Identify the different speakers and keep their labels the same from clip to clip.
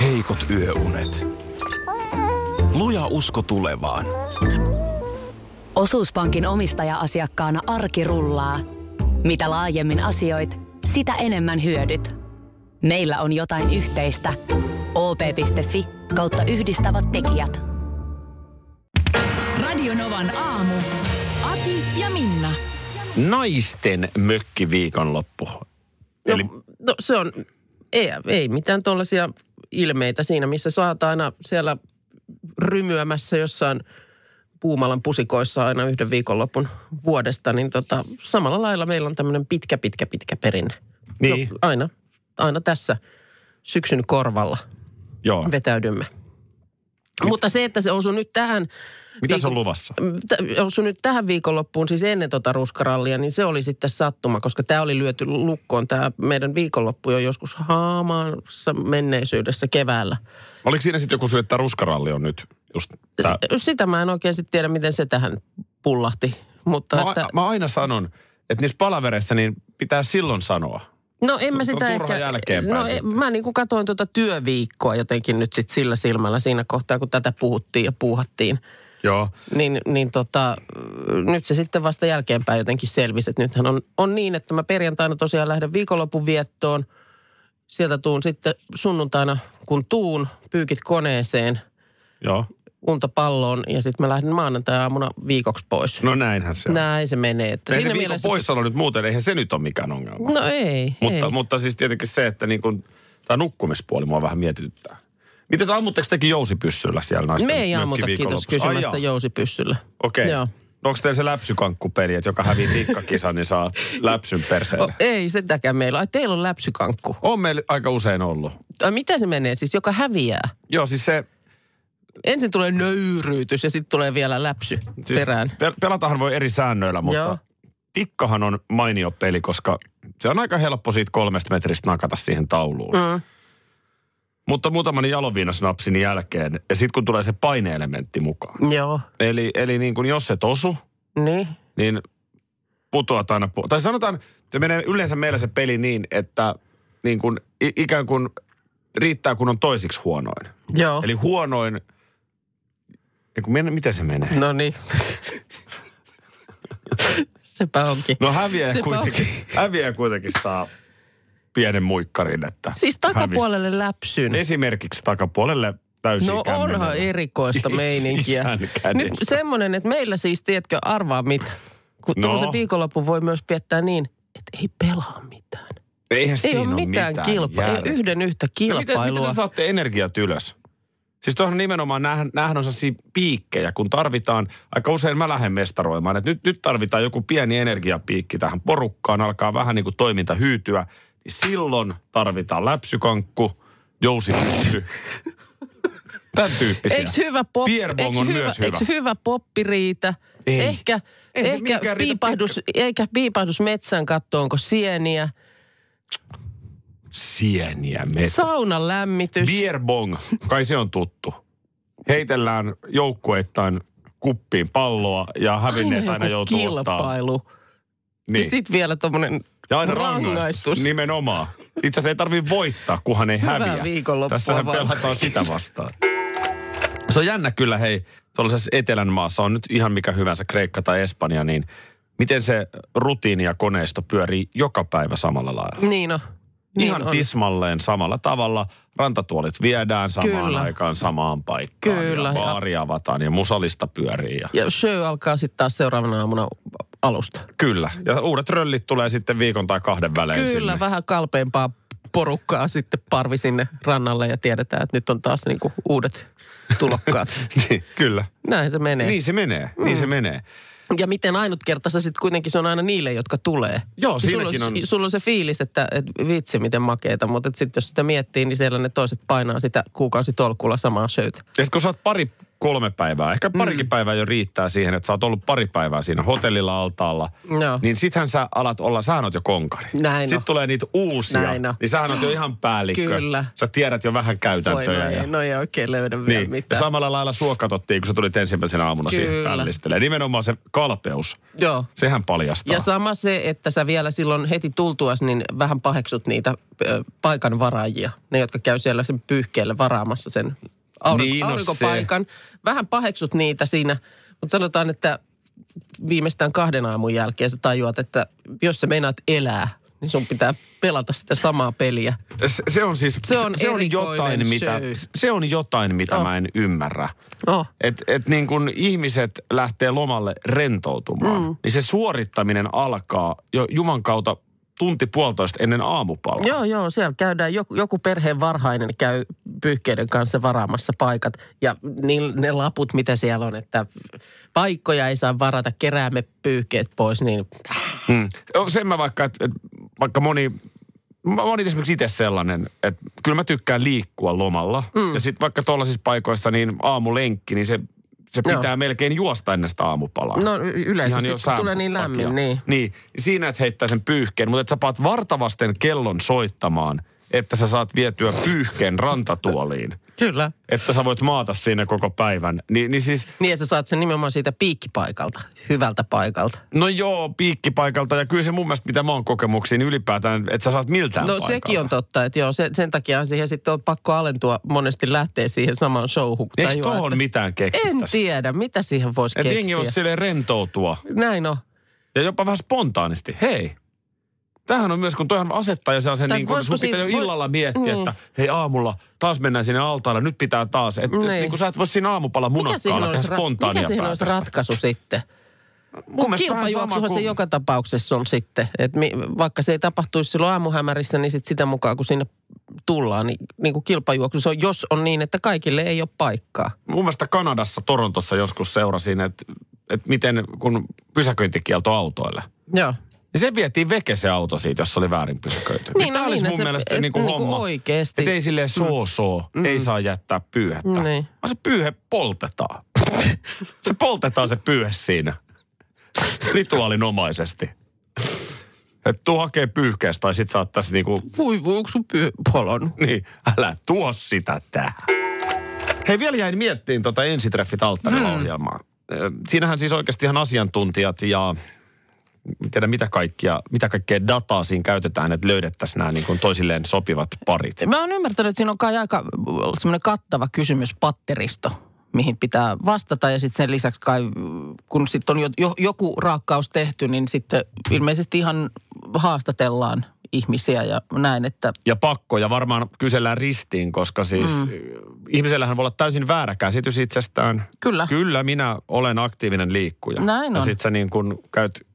Speaker 1: heikot yöunet. Luja usko tulevaan.
Speaker 2: Osuuspankin omistaja-asiakkaana arki rullaa. Mitä laajemmin asioit, sitä enemmän hyödyt. Meillä on jotain yhteistä. op.fi kautta yhdistävät tekijät.
Speaker 3: Radionovan aamu. Ati ja Minna.
Speaker 4: Naisten mökkiviikonloppu.
Speaker 5: No,
Speaker 4: Eli
Speaker 5: no se on, ei, ei mitään tuollaisia ilmeitä siinä, missä saat aina siellä rymyämässä jossain Puumalan pusikoissa aina yhden viikonlopun vuodesta, niin tota, samalla lailla meillä on tämmöinen pitkä, pitkä, pitkä perinne.
Speaker 4: Niin.
Speaker 5: No, aina, aina tässä syksyn korvalla
Speaker 4: joo.
Speaker 5: vetäydymme. Mutta se, että se osui nyt tähän
Speaker 4: Mitä se
Speaker 5: viikon-
Speaker 4: on luvassa?
Speaker 5: Tä- Jos nyt tähän viikonloppuun, siis ennen tota ruskarallia, niin se oli sitten sattuma, koska tämä oli lyöty lukkoon. Tämä meidän viikonloppu jo joskus haamaansa menneisyydessä keväällä.
Speaker 4: Oliko siinä sitten joku syy, että ruskaralli on nyt just tää?
Speaker 5: Sitä mä en oikein sitten tiedä, miten se tähän pullahti. Mutta
Speaker 4: Mä,
Speaker 5: että,
Speaker 4: a- mä aina sanon, että niissä palavereissa niin pitää silloin sanoa.
Speaker 5: no en mä
Speaker 4: se on
Speaker 5: sitä
Speaker 4: turha
Speaker 5: ehkä...
Speaker 4: jälkeenpäin
Speaker 5: no,
Speaker 4: sitten.
Speaker 5: en- mä niin kuin katsoin tuota työviikkoa jotenkin nyt sitten sillä silmällä siinä kohtaa, kun tätä puhuttiin ja puuhattiin.
Speaker 4: Joo.
Speaker 5: Niin, niin tota, nyt se sitten vasta jälkeenpäin jotenkin selvisi, että nythän on, on niin, että mä perjantaina tosiaan lähden viikonlopun viettoon. Sieltä tuun sitten sunnuntaina, kun tuun, pyykit koneeseen,
Speaker 4: Joo.
Speaker 5: unta palloon ja sitten mä lähden maanantai-aamuna viikoksi pois.
Speaker 4: No näinhän se on.
Speaker 5: Näin se menee. Että
Speaker 4: Ei se viikon mielessä... poissaolo nyt muuten, eihän se nyt ole mikään ongelma.
Speaker 5: No ei,
Speaker 4: Mutta,
Speaker 5: ei.
Speaker 4: mutta siis tietenkin se, että niin kun, tämä nukkumispuoli mua vähän mietityttää. Miten ammutteko tekin jousipyssyllä siellä naisten
Speaker 5: Me ei ammuta, kiitos
Speaker 4: mökkiviikonlopussa? Ai
Speaker 5: kysymästä
Speaker 4: jaa.
Speaker 5: jousipyssyllä.
Speaker 4: Okei.
Speaker 5: Joo.
Speaker 4: Okay. No onko teillä se läpsykankku-peli, että joka hävii tikkakisan, niin saa läpsyn
Speaker 5: O,
Speaker 4: perseelle?
Speaker 5: ei sitäkään meillä. Ai, teillä on läpsykankku.
Speaker 4: On meillä aika usein ollut.
Speaker 5: Tai mitä se menee siis, joka häviää?
Speaker 4: Joo, siis se...
Speaker 5: Ensin tulee nöyryytys ja sitten tulee vielä läpsy
Speaker 4: Siis
Speaker 5: siis perään.
Speaker 4: Pel- pelatahan voi eri säännöillä, mutta
Speaker 5: Joo.
Speaker 4: tikkahan on mainio peli, koska se on aika helppo siitä kolmesta metristä nakata siihen tauluun.
Speaker 5: Mm.
Speaker 4: Mutta muutaman jaloviinasnapsin jälkeen, ja sitten kun tulee se paineelementti mukaan.
Speaker 5: Joo,
Speaker 4: Eli, eli niin kun jos et osu,
Speaker 5: niin.
Speaker 4: niin putoat aina pu- Tai sanotaan, se menee yleensä meillä se peli niin, että niin kun, i- ikään kuin riittää, kun on toisiksi huonoin.
Speaker 5: Joo.
Speaker 4: Eli huonoin, ei kun men- miten se menee?
Speaker 5: No niin. Sepä onkin.
Speaker 4: No häviää
Speaker 5: Sepä
Speaker 4: kuitenkin, häviää kuitenkin saa pienen muikkarin, että
Speaker 5: Siis takapuolelle läpsyn.
Speaker 4: hävisi. Esimerkiksi takapuolelle täysin
Speaker 5: No onhan erikoista meininkiä.
Speaker 4: Isän
Speaker 5: Nyt
Speaker 4: kädessä.
Speaker 5: semmoinen, että meillä siis, tiedätkö, arvaa mitä. Kun
Speaker 4: No.
Speaker 5: no. viikonloppu voi myös viettää niin, että ei pelaa mitään.
Speaker 4: Eihän
Speaker 5: Ei
Speaker 4: siinä
Speaker 5: ole mitään, mitään kilpailua,
Speaker 4: järkeä.
Speaker 5: yhden yhtä
Speaker 4: No
Speaker 5: kilpailua.
Speaker 4: Miten, miten te saatte energiat ylös? Siis tuohon nimenomaan nähdään, nähdään on sellaisia piikkejä, kun tarvitaan, aika usein mä lähden mestaroimaan, että nyt, nyt tarvitaan joku pieni energiapiikki tähän porukkaan, alkaa vähän niin kuin toiminta hyytyä, niin silloin tarvitaan läpsykankku, jousipyssy, tämän tyyppisiä.
Speaker 5: Eikö hyvä, pop,
Speaker 4: Pierbong
Speaker 5: eikö
Speaker 4: on
Speaker 5: hyvä,
Speaker 4: myös hyvä.
Speaker 5: eikö hyvä poppi riitä?
Speaker 4: Ei.
Speaker 5: Ehkä,
Speaker 4: Ei se
Speaker 5: ehkä,
Speaker 4: mihinkään riitä
Speaker 5: piipahdus, eikä piipahdus metsän kattoonko sieniä.
Speaker 4: Sieniä metsä.
Speaker 5: Saunan lämmitys.
Speaker 4: Bierbong, kai se on tuttu. Heitellään joukkueittain kuppiin palloa ja hävinneet aina,
Speaker 5: joku
Speaker 4: joutuu ottaa.
Speaker 5: kilpailu. Niin. Ja sit vielä tommonen
Speaker 4: Ja aina rangaistus.
Speaker 5: rangaistus.
Speaker 4: Nimenomaan. Itse asiassa ei tarvitse voittaa, kunhan ei
Speaker 5: Hyvää
Speaker 4: häviä.
Speaker 5: viikonloppua
Speaker 4: Tässähän
Speaker 5: vaan.
Speaker 4: pelataan sitä vastaan. Se on jännä kyllä, hei, tuollaisessa etelän maassa on nyt ihan mikä hyvänsä, Kreikka tai Espanja, niin miten se rutiini ja koneisto pyörii joka päivä samalla lailla?
Speaker 5: Niin no. Niin
Speaker 4: ihan
Speaker 5: on.
Speaker 4: tismalleen samalla tavalla. Rantatuolit viedään samaan
Speaker 5: Kyllä.
Speaker 4: aikaan samaan paikkaan.
Speaker 5: Kyllä,
Speaker 4: Ja
Speaker 5: ja-
Speaker 4: baari avataan ja musalista pyörii. Ja...
Speaker 5: Ja show alkaa sitten taas seuraavana aamuna alusta.
Speaker 4: Kyllä. Ja uudet röllit tulee sitten viikon tai kahden välein
Speaker 5: Kyllä,
Speaker 4: sinne.
Speaker 5: vähän kalpeampaa porukkaa sitten parvi sinne rannalle ja tiedetään, että nyt on taas niinku uudet tulokkaat.
Speaker 4: Niin, Kyllä.
Speaker 5: Näin se menee.
Speaker 4: Niin se menee, niin
Speaker 6: Mm.
Speaker 4: se menee.
Speaker 5: Ja miten ainutkertaista sitten kuitenkin se on aina niille, jotka tulee.
Speaker 4: Joo,
Speaker 5: Ja
Speaker 4: siinäkin
Speaker 5: sulla
Speaker 4: on-
Speaker 5: Sulla on se fiilis, että, että vitsi miten makeeta, mutta sitten jos sitä miettii, niin siellä ne toiset painaa sitä kuukausitolkulla samaa söytä.
Speaker 4: Ja sit kun sä oot pari kolme päivää, ehkä
Speaker 6: Mm.
Speaker 4: parikin päivää jo riittää siihen, että sä oot ollut pari päivää siinä hotellilla altaalla.
Speaker 6: Joo.
Speaker 4: Niin sittenhän sä alat olla, sä oot jo konkari.
Speaker 6: No. Näin on.
Speaker 4: Sitten tulee niitä uusia,
Speaker 6: Näin on.
Speaker 4: niin sä oot jo ihan päällikkö.
Speaker 6: Kyllä.
Speaker 4: Sä tiedät jo vähän
Speaker 6: Voi,
Speaker 4: käytäntöjä.
Speaker 6: no ei,
Speaker 4: ja...
Speaker 6: no ei oikein löydä vielä
Speaker 4: Niin, ja
Speaker 6: mitään.
Speaker 4: samalla lailla sua katsottiin, kun sä tulit ensimmäisenä aamuna siihen
Speaker 6: Kyllä.
Speaker 4: päällistelemään. Nimenomaan se kalpeus,
Speaker 6: Joo.
Speaker 4: sehän paljastaa.
Speaker 6: Ja sama se, että sä vielä silloin heti tultuas, niin vähän paheksut niitä ö, paikan varaajia. Ne, jotka käy siellä sen pyyhkeellä varaamassa sen aurinko,
Speaker 4: Niin,
Speaker 6: niin,
Speaker 4: no
Speaker 6: no
Speaker 4: se.
Speaker 6: aurinkopaikan. Vähän paheksut niitä siinä, mutta sanotaan, että viimeistään kahden aamun jälkeen sä tajuat, että jos sä meinaat elää, niin sun pitää pelata sitä samaa peliä.
Speaker 4: Se, se on siis, se
Speaker 6: Se
Speaker 4: on,
Speaker 6: on
Speaker 4: se on jotain,
Speaker 6: erikoinen
Speaker 4: mitä,
Speaker 6: syy.
Speaker 4: se on jotain, mitä
Speaker 6: Joo.
Speaker 4: mä en ymmärrä.
Speaker 6: Oh.
Speaker 4: Et, et niin kun ihmiset lähtee lomalle rentoutumaan, mm. niin se suorittaminen alkaa jo Juman kautta tunti puolitoista ennen aamupalaa.
Speaker 6: Joo, joo, siellä käydään, joku, joku perheen varhainen käy pyyhkeiden kanssa varaamassa paikat. Ja ni, ne laput, mitä siellä on, että paikkoja ei saa varata, keräämme pyyhkeet pois, niin
Speaker 4: Mm. O, Sen mä vaikka, että et, vaikka moni, mä mä oon itse esimerkiksi itse sellainen, että kyllä mä tykkään liikkua lomalla. Mm. Ja sitten vaikka tuollaisissa paikoissa niin aamulenkki, niin se, se
Speaker 6: Joo.
Speaker 4: pitää melkein juosta ennen sitä aamupalaa.
Speaker 6: no y- yleensä sit,
Speaker 4: jo
Speaker 6: kun tulee niin
Speaker 4: sämpyn
Speaker 6: lämmin,
Speaker 4: takia.
Speaker 6: niin.
Speaker 4: niin. Siinä, että heittää sen pyyhkeen, mutta että sä paat vartavasten kellon soittamaan, että sä saat vietyä pyyhkeen rantatuoliin.
Speaker 6: Kyllä.
Speaker 4: Että sä voit maata siinä koko päivän. Ni, niin siis,
Speaker 6: Niin, että sä saat sen nimenomaan siitä piikkipaikalta, hyvältä paikalta.
Speaker 4: no joo, piikkipaikalta. Ja kyllä se mun mielestä, mitä mä oon kokemuksiin, niin ylipäätään, että sä saat miltään
Speaker 6: No
Speaker 4: paikalta.
Speaker 6: sekin on totta, että joo, sen, sen takia siihen sitten on pakko alentua, monesti lähtee siihen samaan showhun. kun
Speaker 4: Eikö
Speaker 6: tajuaa,
Speaker 4: tohon
Speaker 6: että-
Speaker 4: mitään
Speaker 6: En
Speaker 4: keksittäisi?
Speaker 6: tiedä, mitä siihen voisi
Speaker 4: Että jengi
Speaker 6: keksiä.
Speaker 4: voisi silleen rentoutua.
Speaker 6: Näin on.
Speaker 4: Ja jopa vähän spontaanisti. Hei, tämähän on myös, kun toihan asettaa jo sellaisen,
Speaker 6: Tai
Speaker 4: niin kuin,
Speaker 6: voisiko
Speaker 4: sun pitää
Speaker 6: siinä-
Speaker 4: jo
Speaker 6: voi-
Speaker 4: illalla miettiä,
Speaker 6: Niin.
Speaker 4: että hei aamulla taas mennään sinne altaalle, nyt pitää taas. Että niin.
Speaker 6: Niin.
Speaker 4: niin kuin sä et voi siinä aamupala
Speaker 6: Mikä siihen
Speaker 4: munakkaalla tehdä
Speaker 6: olisi, ra-
Speaker 4: spontaania
Speaker 6: mikä siihen olisi
Speaker 4: päätöstä.
Speaker 6: ratkaisu sitten?
Speaker 4: Mun
Speaker 6: Kun
Speaker 4: mielestä vähän sama
Speaker 6: kilpajuoksuhan se
Speaker 4: kuin-
Speaker 6: joka tapauksessa on sitten. Et mi, vaikka se ei tapahtuisi silloin aamuhämärissä, niin sit sitä mukaan kun sinne tullaan, niin, niin kuin kilpajuoksu se on, jos on niin, että kaikille ei ole paikkaa.
Speaker 4: Mun mielestä Kanadassa, Torontossa joskus seurasin, että, että miten kun pysäköintikielto autoille.
Speaker 6: Joo.
Speaker 4: Niin se vietiin veke se auto siitä, jos se oli väärin pysäköity.
Speaker 6: Niin, no
Speaker 4: Tämä olisi
Speaker 6: niin,
Speaker 4: mun
Speaker 6: se-
Speaker 4: mielestä se
Speaker 6: et
Speaker 4: niinku
Speaker 6: niinku
Speaker 4: homma.
Speaker 6: oikeesti.
Speaker 4: Että ei silleen soo soo, mm. ei saa jättää pyyhettä.
Speaker 6: Niin.
Speaker 4: Vaan se pyyhe poltetaan. se poltetaan se pyyhe siinä. Rituaalinomaisesti. Että tuu hakee pyyhkeestä tai sit sä oot tässä niinku,
Speaker 6: Voi, voi, onko sun pyy- polon?
Speaker 4: niin älä tuo sitä tähän. Hei vielä jäin miettiin tota ensitreffit alttarilla ohjelmaa.
Speaker 5: Mm.
Speaker 4: Ö, Siinähän siis oikeasti ihan asiantuntijat ja en tiedä mitä kaikkia, mitä kaikkea dataa siinä käytetään, että löydettäisiin nämä niin kuin toisilleen sopivat parit.
Speaker 5: Mä oon ymmärtänyt, että siinä on kai aika äh, semmoinen kattava kysymyspatteristo, mihin pitää vastata. Ja sitten sen lisäksi kai, kun sitten on jo, jo, joku raakkaus tehty, niin sitten ilmeisesti ihan haastatellaan ihmisiä ja näin, että
Speaker 4: ja pakko ja varmaan kysellään ristiin, koska siis mm. ihmisellähän voi olla täysin väärä käsitys itsestään.
Speaker 5: kyllä.
Speaker 4: Kyllä minä olen aktiivinen liikkuja.
Speaker 5: Näin
Speaker 4: Ja
Speaker 5: on.
Speaker 4: sit sä niin kun käyt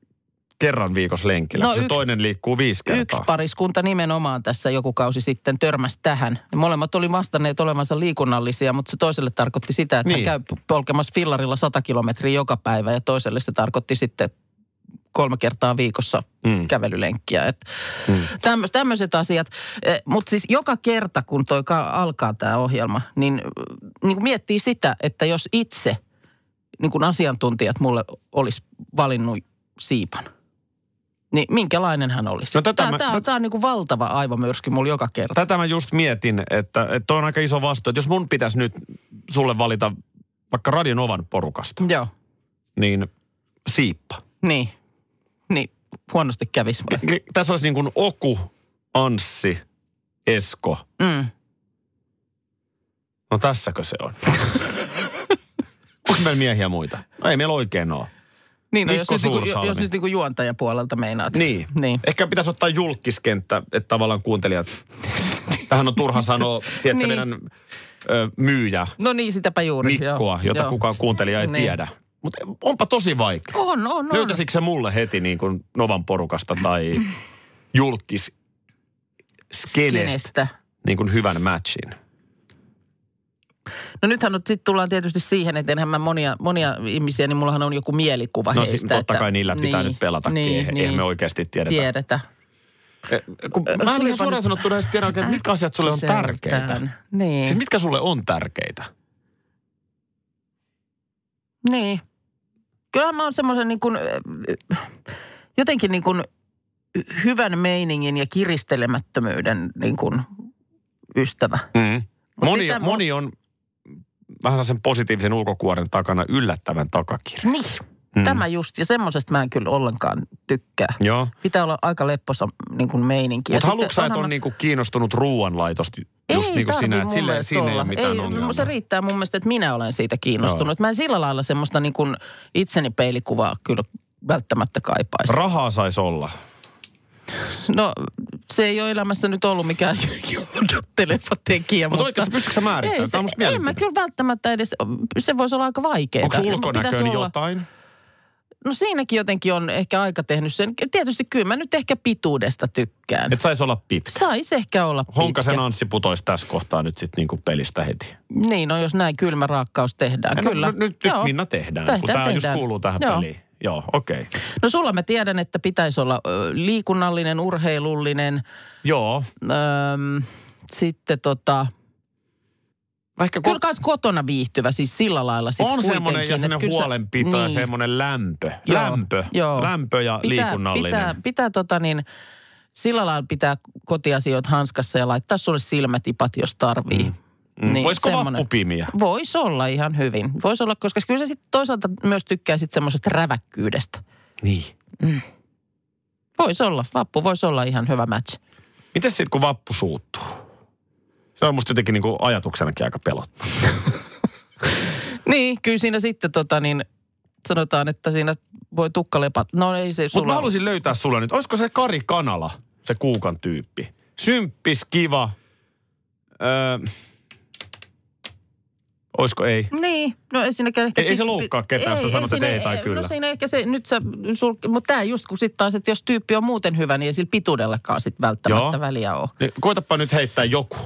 Speaker 4: kerran viikossa lenkillä,
Speaker 5: No
Speaker 4: no, kun se
Speaker 5: yksi-
Speaker 4: toinen liikkuu viisi
Speaker 5: Yksi
Speaker 4: kertaa.
Speaker 5: pariskunta nimenomaan tässä joku kausi sitten törmäsi tähän. Ne molemmat oli vastanneet olevansa liikunnallisia, mutta se toiselle tarkoitti sitä, että
Speaker 4: Niin.
Speaker 5: niin. hän käy polkemassa fillarilla 100 kilometriä joka päivä ja toiselle se tarkoitti sitten kolme kertaa viikossa
Speaker 4: Mm.
Speaker 5: mm. kävelylenkkiä. Et mm. Tämmöiset asiat. Mutta siis joka kerta, kun toi ka- alkaa tämä ohjelma, niin, niin kun miettii sitä, että jos itse niin kun asiantuntijat mulle olisi valinnut siipan, niin minkälainen hän olisi?
Speaker 4: No tätä
Speaker 5: tämä,
Speaker 4: mä-
Speaker 5: tämä,
Speaker 4: no-
Speaker 5: on, tämä on niin kuin valtava aivomyrsky mulla joka kerta.
Speaker 4: Tätä mä just mietin, että, että toi on aika iso vastuu. Että jos mun pitäisi nyt sulle valita vaikka Radionovan porukasta,
Speaker 5: Joo,
Speaker 4: niin siippa.
Speaker 5: niin. Niin, huonosti kävisi. vai?
Speaker 4: K- k- Tässä olisi niin kuin Oku, Anssi, Esko –
Speaker 5: Mm.
Speaker 4: No tässäkö se on? Onko meillä miehiä muita? No ei meillä oikein ole.
Speaker 5: Niin, no, jos,
Speaker 4: Mikko
Speaker 5: nyt, niin kuin,
Speaker 4: Suursalmi.
Speaker 5: jos nyt niin kuin juontajapuolelta meinaat.
Speaker 4: Niin.
Speaker 5: niin.
Speaker 4: Ehkä pitäisi ottaa julkiskenttä, että tavallaan kuuntelijat... Tähän on turha sanoa, tiedätkö, niin.
Speaker 5: Niin.
Speaker 4: meidän ö, myyjä
Speaker 5: No niin, sitäpä juuri.
Speaker 4: Mikkoa, jota
Speaker 5: joo.
Speaker 4: kukaan kuuntelija ei
Speaker 5: Niin.
Speaker 4: tiedä. Mutta onpa tosi vaikea.
Speaker 5: On, No on, on.
Speaker 4: Löytäisikö se mulle heti niin kuin Novan porukasta tai julkis skenestä
Speaker 5: kenestä.
Speaker 4: niin kuin hyvän matchin?
Speaker 5: No nythän nyt sit tullaan tietysti siihen, että enhän mä monia, monia ihmisiä, niin mullahan on joku mielikuva
Speaker 4: No siis
Speaker 5: heistä.
Speaker 4: totta
Speaker 5: että-
Speaker 4: kai niillä pitää nyt pelata. Niin, Eihän me oikeasti tiedetä. Eh,
Speaker 5: tiedetä.
Speaker 4: Kun
Speaker 5: Äh,
Speaker 4: mä en ihan suoraan sanottuna edes tiedä oikein, että mitkä asiat sulle on Siis
Speaker 5: Sentään.
Speaker 4: tärkeitä.
Speaker 5: Niin.
Speaker 4: Siis mitkä sulle on tärkeitä?
Speaker 5: Niin. Kyllä mä oon semmoisen niin kuin, äh, jotenkin niin kuin hyvän meiningin ja kiristelemättömyyden niin kuin ystävä.
Speaker 4: Mm. Moni,
Speaker 5: sitä mun-
Speaker 4: moni on vähän sen positiivisen ulkokuoren takana yllättävän takakirja.
Speaker 5: Niin, mm. tämä just. Ja semmoisesta mä en kyllä ollenkaan tykkää.
Speaker 4: Joo.
Speaker 5: Pitää olla aika lepposa niin kuin meininki. Ja
Speaker 4: Mutta
Speaker 5: sitten
Speaker 4: haluatko sä, että
Speaker 5: onhan
Speaker 4: on
Speaker 5: mä-
Speaker 4: niinku kiinnostunut ruoanlaitosta just
Speaker 5: ei
Speaker 4: niin kuin
Speaker 5: tarvi
Speaker 4: sinä,
Speaker 5: mun
Speaker 4: että sille,
Speaker 5: mielestä
Speaker 4: siinä ei
Speaker 5: olla.
Speaker 4: ole mitään
Speaker 5: ei, no
Speaker 4: ongelmaa?
Speaker 5: Se riittää mun mielestä, että minä olen siitä kiinnostunut. Mä en sillä lailla semmoista niin kuin itseni peilikuvaa kyllä välttämättä kaipaisi.
Speaker 4: Rahaa saisi olla.
Speaker 5: No se ei ole elämässä nyt ollut mikään joudutteleva tekijä,
Speaker 4: Mutta
Speaker 5: mutta...
Speaker 4: oikeasti pystytkö sä määrittämään?
Speaker 5: ei, se,
Speaker 4: Tämä on musta
Speaker 5: en mä
Speaker 4: mielenkiintoista.
Speaker 5: kyllä välttämättä edes, se voisi olla aika vaikeaa.
Speaker 4: Onko se ulkonäköön
Speaker 5: Pitäisi olla-
Speaker 4: niin jotain?
Speaker 5: No siinäkin jotenkin on ehkä aika tehnyt sen. Tietysti kyllä mä nyt ehkä pituudesta tykkään.
Speaker 4: Että saisi olla pitkä.
Speaker 5: Saisi ehkä olla
Speaker 4: Honkasen
Speaker 5: pitkä.
Speaker 4: Anssi putoisi tässä kohtaa nyt sitten niinku pelistä heti.
Speaker 5: Niin, no jos näin kylmä raakkaus tehdään,
Speaker 4: Ja
Speaker 5: kyllä.
Speaker 4: No, nyt, nyt
Speaker 5: Joo.
Speaker 4: Minna tehdään, kun
Speaker 5: Tehdään,
Speaker 4: tämä just
Speaker 5: tehdään.
Speaker 4: kuuluu tähän
Speaker 5: Joo.
Speaker 4: peliin. Joo, okei. Okay.
Speaker 5: No sulla mä tiedän, että pitäisi olla ö, liikunnallinen, urheilullinen,
Speaker 4: Joo.
Speaker 5: öm, sitten tota,
Speaker 4: Mä Ehkä
Speaker 5: kyllä kans kotona viihtyvä, siis sillä lailla sitten
Speaker 4: on semmoinen ja
Speaker 5: kuitenkin, että
Speaker 4: semmoinen
Speaker 5: kyllä sä- Niin.
Speaker 4: huolenpito ja semmoinen lämpö.
Speaker 5: Joo,
Speaker 4: lämpö.
Speaker 5: joo.
Speaker 4: Lämpö ja liikunnallinen.
Speaker 5: Pitää, pitää tota niin, sillä lailla pitää kotiasioita hanskassa ja laittaa sulle silmätipat, jos tarvii. Mm.
Speaker 4: Mm.
Speaker 5: niin,
Speaker 4: Voisiko
Speaker 5: semmonen.
Speaker 4: vappupimiä?
Speaker 5: Voisi olla ihan hyvin. Voisi olla, koska kyllä sä sit toisaalta myös tykkäisit semmoisesta räväkkyydestä.
Speaker 4: Niin.
Speaker 5: Voisi olla, vappu voisi olla ihan hyvä match.
Speaker 4: Miten sitten kun vappu suuttuu? Se on musta jotenkin niinku ajatuksenakin aika pelottava.
Speaker 5: Niin, kyllä siinä sitten tota niin, sanotaan, että siinä voi tukka lepata. No ei se
Speaker 4: Mutta
Speaker 5: sulla
Speaker 4: mä haluaisin löytää sulle nyt, olisiko se Kari Kanala, se kuukan tyyppi? Symppis, kiva. Öö, olisiko ei?
Speaker 5: Niin, no ei siinäkään ehkä...
Speaker 4: Ei- ei se loukkaa ketään, jos sä sanot, että
Speaker 5: siinä-
Speaker 4: ei tai kyllä.
Speaker 5: No siinä ehkä se, nyt sä sulke, mutta tää just kun sit taas, että jos tyyppi on muuten hyvä, niin ei sillä pituudellakaan sit välttämättä
Speaker 4: Joo.
Speaker 5: väliä ole.
Speaker 4: Niin, koitapa nyt heittää joku,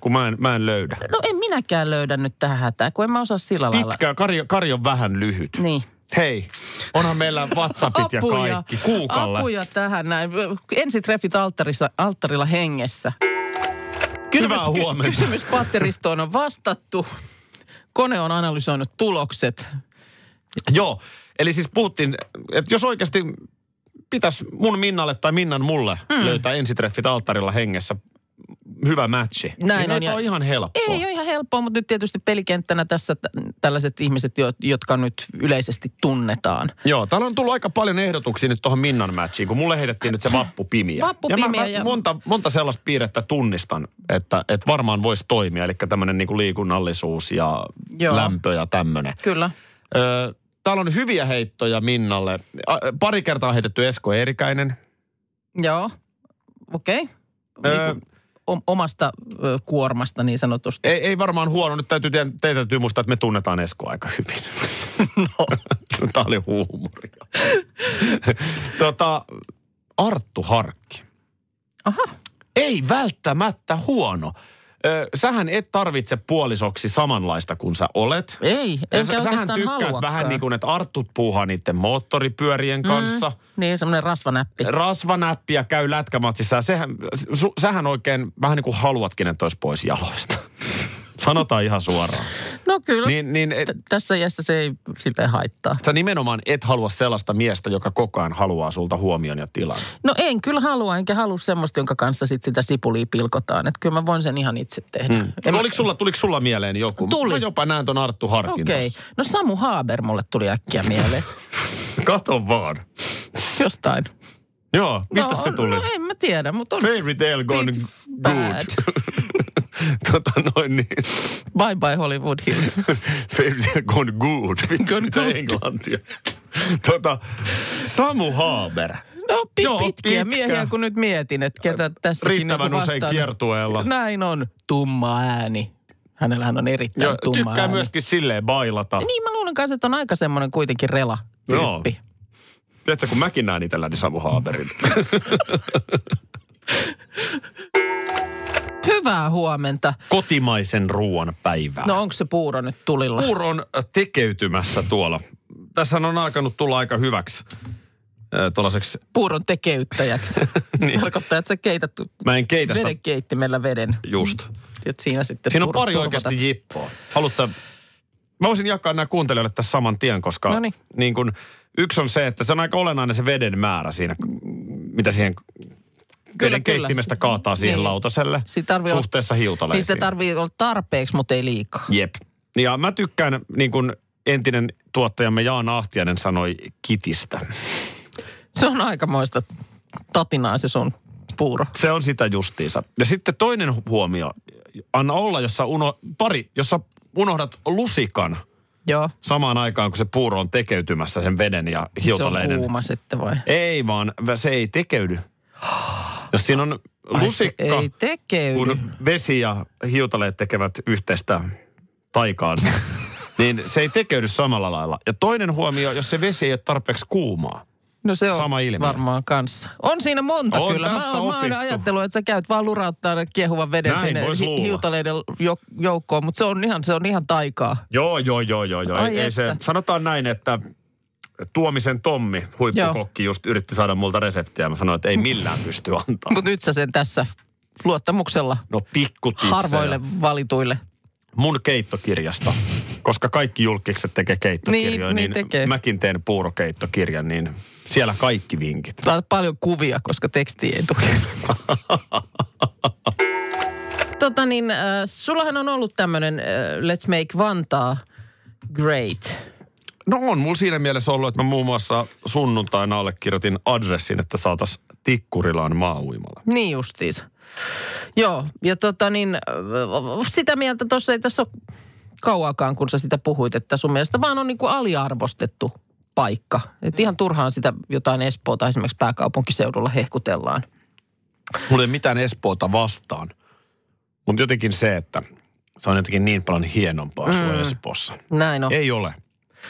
Speaker 4: kun mä en, mä en löydä.
Speaker 5: No en minäkään löydä nyt tähän hätää, kun en mä osaa sillä lailla.
Speaker 4: Pitkä, Kari, Kari on vähän lyhyt.
Speaker 5: Niin.
Speaker 4: Hei, onhan meillä WhatsAppit ja kaikki. Kuukalle.
Speaker 5: apuja tähän näin. Ensitreffit alttarissa, alttarilla hengessä.
Speaker 4: Hyvää
Speaker 5: ky-
Speaker 4: huomenta.
Speaker 5: Kysymys patteristoon on vastattu. Kone on analysoinut tulokset.
Speaker 4: Joo, eli siis puhuttiin, että jos oikeasti pitäisi mun Minnalle tai Minnan mulle
Speaker 5: Hmm.
Speaker 4: mm. löytää ensitreffit alttarilla hengessä hyvä matchi.
Speaker 5: Näin
Speaker 4: niin
Speaker 5: on,
Speaker 4: ei
Speaker 5: ja-
Speaker 4: tää ole ihan helppoa.
Speaker 5: Ei ole ihan helppoa, mutta nyt tietysti pelikenttänä tässä t- tällaiset ihmiset, jo- jotka nyt yleisesti tunnetaan.
Speaker 4: Joo, täällä on tullut aika paljon ehdotuksia nyt tuohon Minnan matchiin, kun mulle heitettiin nyt se vappupimiä.
Speaker 5: Vappupimiä
Speaker 4: ja, mä, mä
Speaker 5: ja-
Speaker 4: Monta, monta sellaista piirrettä tunnistan, että, että varmaan voisi toimia. Eli tämmöinen niinku liikunnallisuus ja Joo.
Speaker 5: Joo.
Speaker 4: lämpö ja tämmöinen.
Speaker 5: Kyllä.
Speaker 4: Öö, täällä on hyviä heittoja Minnalle. A, pari kertaa heitetty Esko Eerikäinen.
Speaker 5: Joo. Okei. Okay.
Speaker 4: Öö,
Speaker 5: Öö. Omasta ö, kuormasta niin sanotusti.
Speaker 4: Ei, ei varmaan huono. Nyt täytyy, teidän- teidän täytyy muistaa, että me tunnetaan Esko aika hyvin. No. Tämä oli huumoria. tota, Arttu Harkki.
Speaker 5: Aha.
Speaker 4: Ei välttämättä huono. Ö, sähän et tarvitse puolisoksi samanlaista kuin sä olet.
Speaker 5: Ei,
Speaker 4: Ja
Speaker 5: ei
Speaker 4: sä-
Speaker 5: se
Speaker 4: sähän
Speaker 5: oikeastaan
Speaker 4: tykkäät
Speaker 5: haluakaan.
Speaker 4: vähän niin kuin, että Arttut puuhaa niiden moottoripyörien kanssa. Mm.
Speaker 5: Niin, semmoinen rasvanäppi.
Speaker 4: Rasvanäppiä käy lätkämatsissa ja sehän, su, sähän oikein vähän niin kuin haluatkin, että olisi pois jaloista. Sanotaan ihan suoraan.
Speaker 5: No kyllä.
Speaker 4: Niin, niin et,
Speaker 5: T- tässä iässä se ei silleen haittaa.
Speaker 4: sä nimenomaan et halua sellaista miestä, joka koko ajan haluaa sulta huomion ja tilan.
Speaker 5: No en kyllä halua, enkä halua semmoista, jonka kanssa sit sitä sipulia pilkotaan. Että kyllä mä voin sen ihan itse tehdä. Mm.
Speaker 4: En oliko sulla, tuliko sulla mieleen joku?
Speaker 5: Tuli.
Speaker 4: Mä jopa näen ton Arttu Harkin
Speaker 5: Okei. Okay. No Samu Haaber mulle tuli äkkiä mieleen.
Speaker 4: tossa. Kato vaan.
Speaker 5: Jostain.
Speaker 4: Joo, mistä
Speaker 5: no,
Speaker 4: se
Speaker 5: on-
Speaker 4: tuli?
Speaker 5: No en mä tiedä, mutta on
Speaker 4: Fairy tale gone
Speaker 5: Bit
Speaker 4: good. tota noin niin.
Speaker 5: Bye Bye Hollywood Hills.
Speaker 4: Fairy tale gone good. Vittu mitä englantia. Tota, Samu Haaber.
Speaker 5: No pi-
Speaker 4: Joo,
Speaker 5: Joo, pitkiä
Speaker 4: pitkä.
Speaker 5: pitkä. miehiä, kun nyt mietin, että ketä tässäkin
Speaker 4: Riittävän
Speaker 5: niinku
Speaker 4: usein
Speaker 5: vastaan.
Speaker 4: kiertueella.
Speaker 5: Näin on. Tumma ääni. Hänellähän on erittäin
Speaker 4: Joo,
Speaker 5: tumma
Speaker 4: tykkää
Speaker 5: ääni.
Speaker 4: myöskin silleen bailata.
Speaker 5: Niin mä luulen kanssa, että on aika semmoinen kuitenkin rela tyyppi.
Speaker 4: Tiedätkö, kun mäkin näen itselläni niin Samu Haaberin.
Speaker 5: Hyvää huomenta.
Speaker 4: Kotimaisen ruoan päivää.
Speaker 5: No onko se puuro nyt tulilla?
Speaker 4: Puuro on äh, tekeytymässä tuolla. Tässä on alkanut tulla aika hyväksi äh, tuollaiseksi.
Speaker 5: Puuron tekeyttäjäksi. niin. Tarkoittaa, että sä keität
Speaker 4: Mä en keitä sitä
Speaker 5: vedenkeittimellä veden.
Speaker 4: just.
Speaker 5: Ja siinä sitten
Speaker 4: Siinä on
Speaker 5: tur-
Speaker 4: pari
Speaker 5: turvata.
Speaker 4: oikeasti jippoa. Haluatko sä mä voisin jakaa nämä kuuntelijoille tässä saman tien, koska
Speaker 5: Noniin.
Speaker 4: niin kun, yksi on se, että se on aika olennainen se veden määrä siinä, mitä siihen veden
Speaker 5: kyllä.
Speaker 4: keittimestä kaataa siihen
Speaker 5: Niin.
Speaker 4: lautaselle
Speaker 5: Siitä tarvii olla-
Speaker 4: suhteessa hiutaleisiin.
Speaker 5: Niin sitä tarvii olla tarpeeksi, mutta ei liikaa.
Speaker 4: Jep. Ja mä tykkään, niin kuin entinen tuottajamme Jaana Ahtiainen sanoi, kitistä.
Speaker 5: Se on aikamoista tatinaa se sun puuro.
Speaker 4: Se on sitä justiinsa. Ja sitten toinen hu- huomio. Anna olla, jossa, uno, pari, jossa unohdat lusikan
Speaker 5: Joo.
Speaker 4: samaan aikaan, kun se puuro on tekeytymässä sen veden ja
Speaker 5: Se on
Speaker 4: hiutaleiden.
Speaker 5: kuuma sitten vai?
Speaker 4: Ei vaan, vä- se ei tekeydy. Jos siinä on
Speaker 5: Ai, se
Speaker 4: lusikka,
Speaker 5: Ei tekeydy.
Speaker 4: kun vesi ja hiutaleet tekevät yhteistä taikaansa, niin se ei tekeydy samalla lailla. Ja toinen huomio, jos se vesi ei ole tarpeeksi kuumaa.
Speaker 5: No se on
Speaker 4: Sama ilmiö.
Speaker 5: varmaan kanssa. On siinä monta
Speaker 4: On
Speaker 5: kyllä. Mä,
Speaker 4: tässä
Speaker 5: oon- mä oon aina
Speaker 4: opittu.
Speaker 5: ajatellut, että sä käyt vaan lurauttaa ne kiehuvan veden
Speaker 4: Näin
Speaker 5: sinne
Speaker 4: vois luulla.
Speaker 5: hiutaleiden jo- joukkoon, mutta se on ihan, se on ihan taikaa.
Speaker 4: Joo, joo, joo, joo. joo.
Speaker 5: Ai
Speaker 4: Ei, ei se,
Speaker 5: että.
Speaker 4: sanotaan näin, että Tuomisen Tommi, huippukokki, just yritti saada multa reseptiä. Mä sanoin, että ei millään pysty antaa.
Speaker 5: Mutta nyt sä sen tässä luottamuksella
Speaker 4: No pikku tipsejä
Speaker 5: harvoille valituille.
Speaker 4: Mun keittokirjasta, koska kaikki julkikset tekee keittokirjoja,
Speaker 5: Niin, niin tekee.
Speaker 4: mäkin teen puurokeittokirjan, niin siellä kaikki vinkit.
Speaker 5: Tää on paljon kuvia, koska teksti ei tule. tota niin, äh, sullahan on ollut tämmönen äh, Let's Make Vantaa Great.
Speaker 4: No on mulla siinä mielessä ollut, että mä muun muassa sunnuntaina allekirjoitin adressin, että saatas Tikkurilaan maa-uimala.
Speaker 5: Niin justiinsa. Joo, ja tota niin, äh, sitä mieltä tuossa ei tässä ole kauaakaan, kun sä sitä puhuit, että sun mielestä vaan on niin kuin aliarvostettu paikka. Et ihan turhaan sitä jotain Espoota esimerkiksi pääkaupunkiseudulla hehkutellaan.
Speaker 4: Mulla ei ole mitään Espoota vastaan, mutta jotenkin se, että se on jotenkin niin paljon hienompaa mm. sua Espoossa.
Speaker 5: Näin on.
Speaker 4: Ei ole.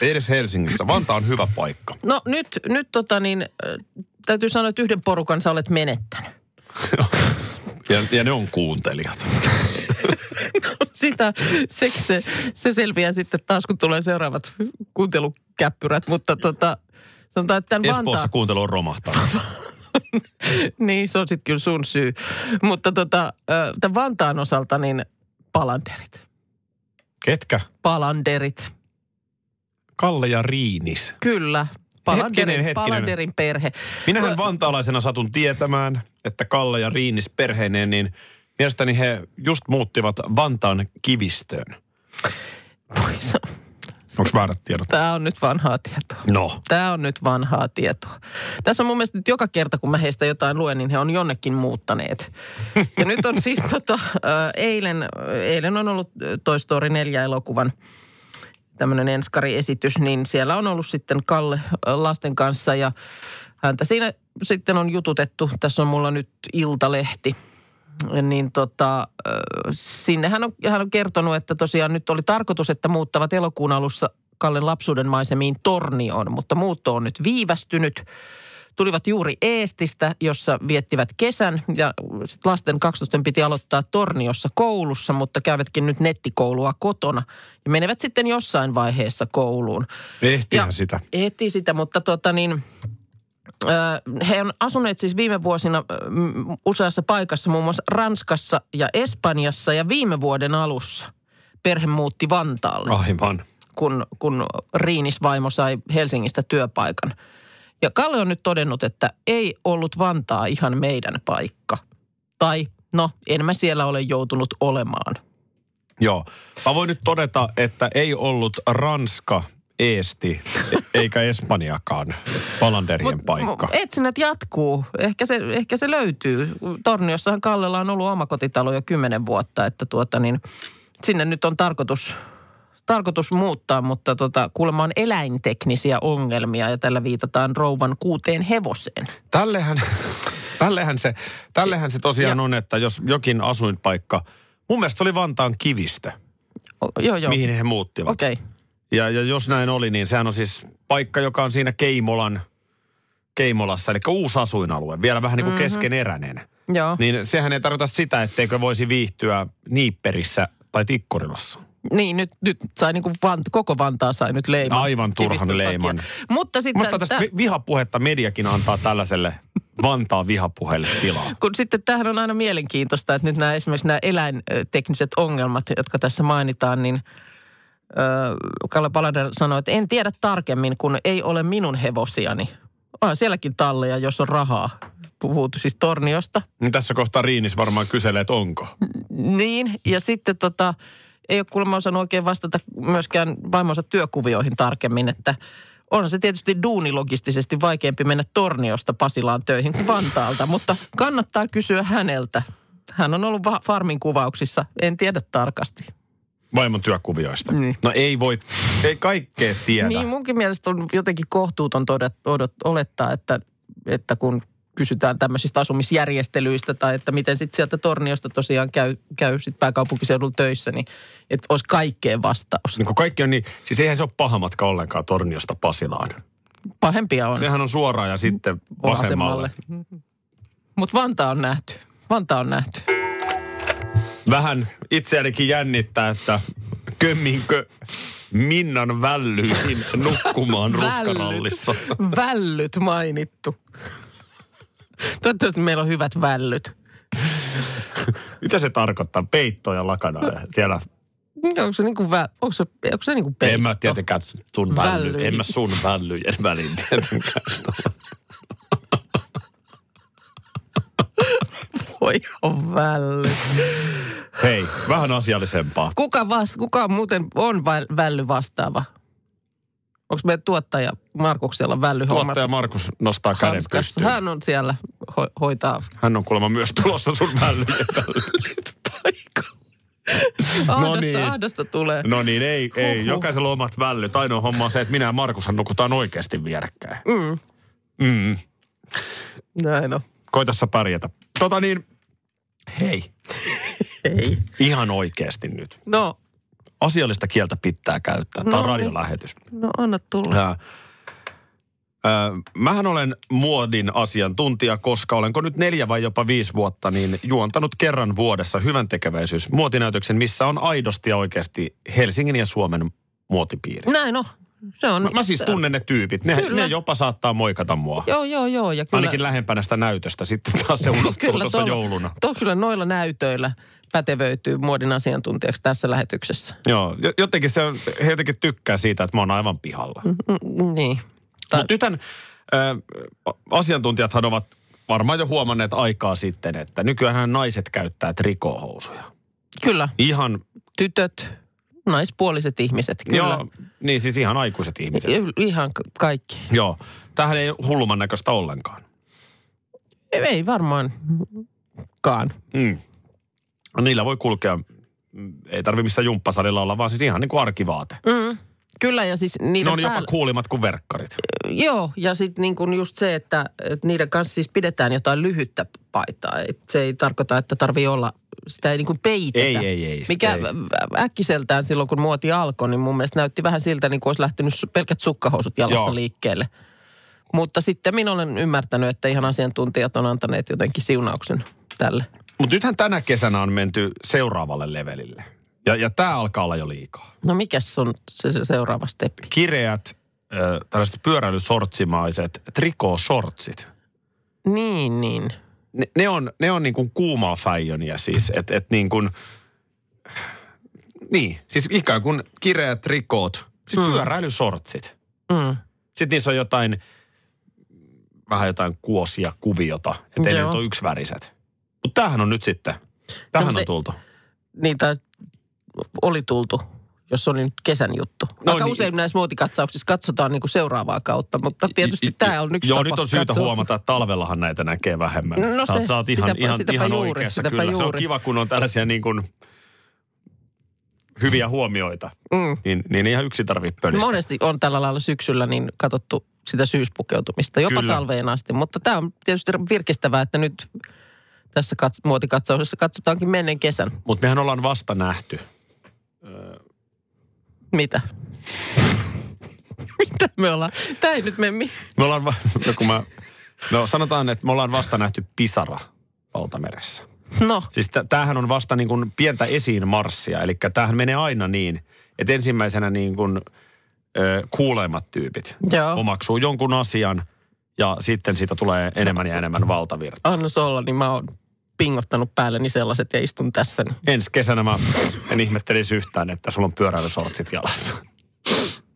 Speaker 4: Ei edes Helsingissä. Vantaa on hyvä paikka.
Speaker 5: No nyt, nyt tota niin, äh, täytyy sanoa, että yhden porukan sä olet menettänyt.
Speaker 4: Ja, ja ne on kuuntelijat.
Speaker 5: Sitä, se, se, se selviää sitten taas, kun tulee seuraavat kuuntelukäppyrät, mutta tota, sanotaan, että tämän
Speaker 4: Espoossa
Speaker 5: Vantaa,
Speaker 4: kuuntelu on romahtanut.
Speaker 5: niin se on sitten kyllä sun syy, mutta tota, ö, tämän Vantaan osalta niin palanderit,
Speaker 4: Ketkä?
Speaker 5: palanderit,
Speaker 4: Kalle ja Riinis.
Speaker 5: kyllä, palanderin,
Speaker 4: Hetkinen, hetkinen.
Speaker 5: palanderin perhe.
Speaker 4: Minähän vantaalaisena satun tietämään, että Kalle ja Riinis perheineen, niin mielestäni he just muuttivat Vantaan kivistöön.
Speaker 5: Voi sanoa,
Speaker 4: Onko väärät tiedot?
Speaker 5: Tämä on nyt vanhaa tietoa.
Speaker 4: No.
Speaker 5: Tämä on nyt vanhaa tietoa. Tässä on mun mielestä nyt joka kerta, kun mä heistä jotain luen, niin he on jonnekin muuttaneet. Ja nyt on siis tota, ö, eilen, ö, eilen on ollut ö, Toy Story 4 elokuvan tämmöinen enskariesitys, niin siellä on ollut sitten Kalle ö, lasten kanssa ja häntä siinä sitten on jututettu. Tässä on mulla nyt iltalehti. Niin tota, ö, sinne hän on, hän on kertonut, että tosiaan nyt oli tarkoitus, että muuttavat elokuun alussa Kallen lapsuuden maisemiin Tornioon, mutta muutto on nyt viivästynyt. Tulivat juuri Eestistä, jossa viettivät kesän ja sit lasten 12 piti aloittaa Torniossa koulussa, mutta käyvätkin nyt nettikoulua kotona ja menevät sitten jossain vaiheessa kouluun.
Speaker 4: Ehtihän
Speaker 5: Ja-
Speaker 4: sitä.
Speaker 5: Ehtii sitä, mutta tota niin, ö, he on asuneet siis viime vuosina ö, m, useassa paikassa, muun muassa Ranskassa ja Espanjassa ja viime vuoden alussa perhe muutti Vantaalle
Speaker 4: Ah. Aivan.
Speaker 5: kun, kun Riinisvaimo sai Helsingistä työpaikan. Ja Kalle on nyt todennut, että ei ollut Vantaa ihan meidän paikka. Tai no, en mä siellä ole joutunut olemaan.
Speaker 4: Joo. Mä voin nyt todeta, että ei ollut Ranska, Eesti e- eikä Espanjakaan Palanderien paikka.
Speaker 5: Etsinnät jatkuu. Ehkä se, ehkä se löytyy. Torniossahan Kallella on ollut oma kotitalo jo kymmenen vuotta, että tuota niin, sinne nyt on tarkoitus, tarkoitus muuttaa, mutta tota, kuulemma on eläinteknisiä ongelmia ja tällä viitataan rouvan kuuteen hevoseen.
Speaker 4: Tällehän, tällehän, se, tällehän se tosiaan
Speaker 5: Ja-
Speaker 4: on, että jos jokin asuinpaikka, mun mielestä oli Vantaan kivistä,
Speaker 5: O, joo, joo.
Speaker 4: mihin he muuttivat.
Speaker 5: Okei. Okay.
Speaker 4: Ja, ja jos näin oli, niin sehän on siis paikka, joka on siinä Keimolan, Keimolassa, eli uusi asuinalue, vielä vähän niin
Speaker 5: Mhm.
Speaker 4: kuin mm-hmm. keskeneräinen.
Speaker 5: Joo.
Speaker 4: Niin sehän ei tarkoita sitä, etteikö voisi viihtyä Niipperissä tai Tikkurilassa.
Speaker 5: Niin, nyt, nyt sai niin kuin Vant, koko Vantaa sai nyt leiman.
Speaker 4: Aivan turhan
Speaker 5: kivistön takia.
Speaker 4: leiman.
Speaker 5: Mutta sitten,
Speaker 4: Musta tästä
Speaker 5: tä-
Speaker 4: vi- vihapuhetta mediakin antaa tällaiselle Vantaan vihapuheelle tilaa.
Speaker 5: kun sitten tämähän on aina mielenkiintoista, että nyt nämä esimerkiksi nämä eläintekniset ongelmat, jotka tässä mainitaan, niin Ö, Kalle Palander sanoi, että en tiedä tarkemmin, kun ei ole minun hevosiani. Onhan sielläkin talleja, jos on rahaa. Puhut siis Torniosta.
Speaker 4: Niin tässä kohtaa Riinis varmaan kyselee, että onko.
Speaker 5: Niin, ja sitten tota, ei ole kuulemma osannut oikein vastata myöskään vaimonsa työkuvioihin tarkemmin, että onhan se tietysti duunilogistisesti vaikeampi mennä Torniosta Pasilaan töihin kuin Vantaalta, mutta kannattaa kysyä häneltä. Hän on ollut va- farmin kuvauksissa, en tiedä tarkasti.
Speaker 4: Vaimon työkuvioista.
Speaker 5: Niin.
Speaker 4: No ei voi, ei kaikkea tiedä.
Speaker 5: Niin munkin mielestä on jotenkin kohtuuton todet, odot, olettaa, että, että kun kysytään tämmöisistä asumisjärjestelyistä tai että miten sitten sieltä torniosta tosiaan käy, käy sit pääkaupunkiseudulla töissä, niin että olisi kaikkeen vastaus.
Speaker 4: Niin kun kaikki on niin, siis eihän se ole paha matka ollenkaan Torniosta Pasilaan.
Speaker 5: Pahempia on
Speaker 4: Sehän on suoraan ja sitten vasemmalle.
Speaker 5: Mutta Vantaa on nähty. Vantaa on nähty.
Speaker 4: Vähän itseänikin jännittää, että kömminkö Minnan vällyihin nukkumaan ruskarallissa.
Speaker 5: Vällyt. vällyt mainittu. Toivottavasti meillä on hyvät vällyt.
Speaker 4: Mitä se tarkoittaa? Peittoa ja lakanaa ja siellä.
Speaker 5: Onko se niin kuin, vä, onko se, onko se niin kuin peitto?
Speaker 4: En mä tietenkään sun välly,
Speaker 5: Vällyihin.
Speaker 4: en niin mä sun vällyjen väliin tietenkään.
Speaker 5: Voi on vällyt.
Speaker 4: Hei, vähän asiallisempaa.
Speaker 5: Kuka, vasta, kuka muuten on väl- välly vastaava? Onko meidän tuottaja Markuksella vällyhommat
Speaker 4: Tuottaja Markus nostaa käden
Speaker 5: hanskassa?
Speaker 4: pystyyn.
Speaker 5: Hän on siellä, ho- hoitaa
Speaker 4: Hän on kuulemma myös tulossa sun vällyjen väliin.
Speaker 5: paikalla. Ahdasta, no
Speaker 4: niin.
Speaker 5: niin. ahdasta tulee.
Speaker 4: No niin, ei, ei.
Speaker 5: Huhhuh.
Speaker 4: Jokaisella on omat vällyt. Ainoa homma on se, että minä ja Markushan nukutaan oikeasti vierekkäin. Mm. Mm.
Speaker 5: Näin on.
Speaker 4: Koita sä pärjätä. Tota niin, hei.
Speaker 5: Ei.
Speaker 4: Ihan oikeasti nyt.
Speaker 5: No,
Speaker 4: Asiallista kieltä pitää käyttää. Tämä on
Speaker 5: No niin.
Speaker 4: radiolähetys.
Speaker 5: no anna tulla.
Speaker 4: Ää, ää, mähän olen muodin asiantuntija, koska olenko nyt neljä vai jopa viisi vuotta, niin juontanut kerran vuodessa hyvän tekeväisyys muotinäytöksen, missä on aidosti ja oikeasti Helsingin ja Suomen muotipiiri.
Speaker 5: Näin on. Se on.
Speaker 4: Mä, mä siis
Speaker 5: No, se-
Speaker 4: tunnen ne tyypit. Ne,
Speaker 5: Kyllä.
Speaker 4: ne jopa saattaa moikata mua. Kyllä.
Speaker 5: Joo, joo, joo. Ja kyllä,
Speaker 4: Ainakin lähempänä sitä näytöstä. Sitten taas se unohtuu tuossa
Speaker 5: tuolla-
Speaker 4: jouluna.
Speaker 5: To, kyllä noilla näytöillä pätevöityy muodin asiantuntijaksi tässä lähetyksessä.
Speaker 4: Joo, jo- jotenkin se on, he jotenkin tykkää siitä, että mä oon aivan pihalla. Mm.
Speaker 5: Mm, niin. Tai-
Speaker 4: Mutta nythän ö, asiantuntijathan ovat varmaan jo huomanneet aikaa sitten, että nykyään naiset käyttää trikohousuja.
Speaker 5: Kyllä.
Speaker 4: Ihan,
Speaker 5: Tytöt, naispuoliset ihmiset. Kyllä.
Speaker 4: joo, niin siis ihan aikuiset ihmiset.
Speaker 5: I- Ihan k- kaikki.
Speaker 4: Joo, tämähän ei ole hulluman näköistä ollenkaan.
Speaker 5: Ei- Ei varmaankaan.
Speaker 4: Mm. No Niillä voi kulkea, mm, ei tarvi missään jumppasalilla olla, vaan siis ihan niin kuin arkivaate.
Speaker 5: Mm. Kyllä ja siis niiden
Speaker 4: Ne on jopa
Speaker 5: päällä-
Speaker 4: kuulimmat kuin verkkarit.
Speaker 5: Joo, ja sitten niin kun just se, että, että niiden kanssa siis pidetään jotain lyhyttä paitaa. Et se ei tarkoita, että tarvii olla, sitä ei niin kuin peitetä.
Speaker 4: Ei, ei, ei,
Speaker 5: Mikä
Speaker 4: ei.
Speaker 5: ä- äkkiseltään silloin, kun muoti alkoi, niin mun mielestä näytti vähän siltä, niin kuin olisi lähtenyt su- pelkät sukkahousut jalassa
Speaker 4: Joo.
Speaker 5: Joo. liikkeelle. Mutta sitten minä olen ymmärtänyt, että ihan asiantuntijat on antaneet jotenkin siunauksen tälle.
Speaker 4: Mutta nythän tänä kesänä on menty seuraavalle levelille. Ja, ja tämä alkaa olla jo liikaa.
Speaker 5: No mikäs on se, se seuraava steppi?
Speaker 4: Kireät, ö, tällaiset pyöräilysortsimaiset trikoosortsit.
Speaker 5: Niin, niin.
Speaker 4: Ne, ne on, ne on niin kuin kuumaa fäijöniä siis. Että et niin kuin, niin, siis ikään kuin kireät trikoot. Siis
Speaker 5: Mm.
Speaker 4: pyöräilysortsit.
Speaker 5: Mm.
Speaker 4: Sitten niissä on jotain, vähän jotain kuosia kuviota. Että ei ne
Speaker 5: Joo.
Speaker 4: nyt ole yksiväriset. Mutta tämähän on nyt sitten. Tähän
Speaker 5: No
Speaker 4: on
Speaker 5: se-
Speaker 4: tultu.
Speaker 5: niitä oli tultu, jos oli nyt kesän juttu. No Aika
Speaker 4: niin.
Speaker 5: niin. usein näissä muotikatsauksissa katsotaan niinku seuraavaa kautta, mutta No, tietysti
Speaker 4: I- i-
Speaker 5: tämä on yksi
Speaker 4: Joo,
Speaker 5: tapa
Speaker 4: nyt on syytä
Speaker 5: katsoa.
Speaker 4: huomata, että talvellahan näitä näkee vähemmän.
Speaker 5: No
Speaker 4: sä, oot-
Speaker 5: se,
Speaker 4: sä oot ihan,
Speaker 5: sitäpä-
Speaker 4: ihan,
Speaker 5: sitäpä
Speaker 4: ihan
Speaker 5: juuri,
Speaker 4: oikeassa
Speaker 5: sitäpä
Speaker 4: kyllä. Se on
Speaker 5: juuri.
Speaker 4: kiva, kun on tällaisia niin kuin hyviä huomioita.
Speaker 5: Mm.
Speaker 4: Niin, niin ihan yksi tarvii pölistä.
Speaker 5: Monesti on tällä lailla syksyllä niin katsottu sitä syyspukeutumista, jopa
Speaker 4: Kyllä.
Speaker 5: talveen asti. Mutta tämä on tietysti virkistävää, että nyt tässä kats- muotikatsauksessa katsotaankin menneen kesän.
Speaker 4: Mutta mehän ollaan vasta nähty.
Speaker 5: Mitä? Mitä me ollaan? Tämä ei nyt mene mi-
Speaker 4: Me ollaan, va- no, kun mä, no sanotaan, että me ollaan vasta nähty pisara valtameressä.
Speaker 5: No,
Speaker 4: Siis tä- tämähän on vasta niin kuin pientä esiin marssia, eli tämähän menee aina niin, että ensimmäisenä niin kuin ö, kuuleimmat tyypit
Speaker 5: Joo.
Speaker 4: omaksuu jonkun asian ja sitten siitä tulee enemmän ja enemmän valtavirta.
Speaker 5: anna olla, niin mä oon pingottanut päälle, niin sellaiset ja istun tässä. Niin.
Speaker 4: Ensi kesänä mä en ihmettelisi yhtään, että sulla on pyöräilysortsit jalassa.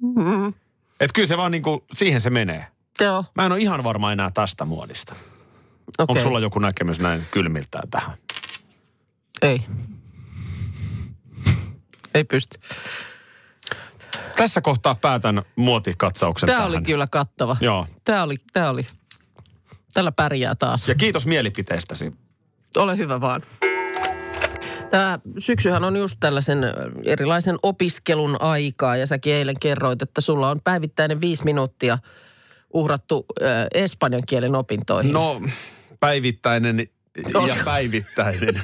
Speaker 5: Mm-hmm.
Speaker 4: Et kyllä se vaan niinku, siihen se menee.
Speaker 5: Joo,
Speaker 4: Mä en ole ihan varma enää tästä muodista. Okay.
Speaker 5: okei.
Speaker 4: Onko sulla joku näkemys näin kylmiltään tähän?
Speaker 5: Ei. Ei pysty.
Speaker 4: Tässä kohtaa päätän muotikatsauksen
Speaker 5: Tämä
Speaker 4: tähän.
Speaker 5: oli kyllä kattava.
Speaker 4: Joo.
Speaker 5: Tämä oli, tämä oli. Tällä pärjää taas.
Speaker 4: Ja kiitos mielipiteestäsi.
Speaker 5: Ole hyvä vaan. Tämä syksyhän on just tällaisen erilaisen opiskelun aikaa ja säkin eilen kerroit, että sulla on päivittäinen viisi minuuttia uhrattu äh, espanjan kielen opintoihin.
Speaker 4: No, päivittäinen
Speaker 5: No.
Speaker 4: ja päivittäinen.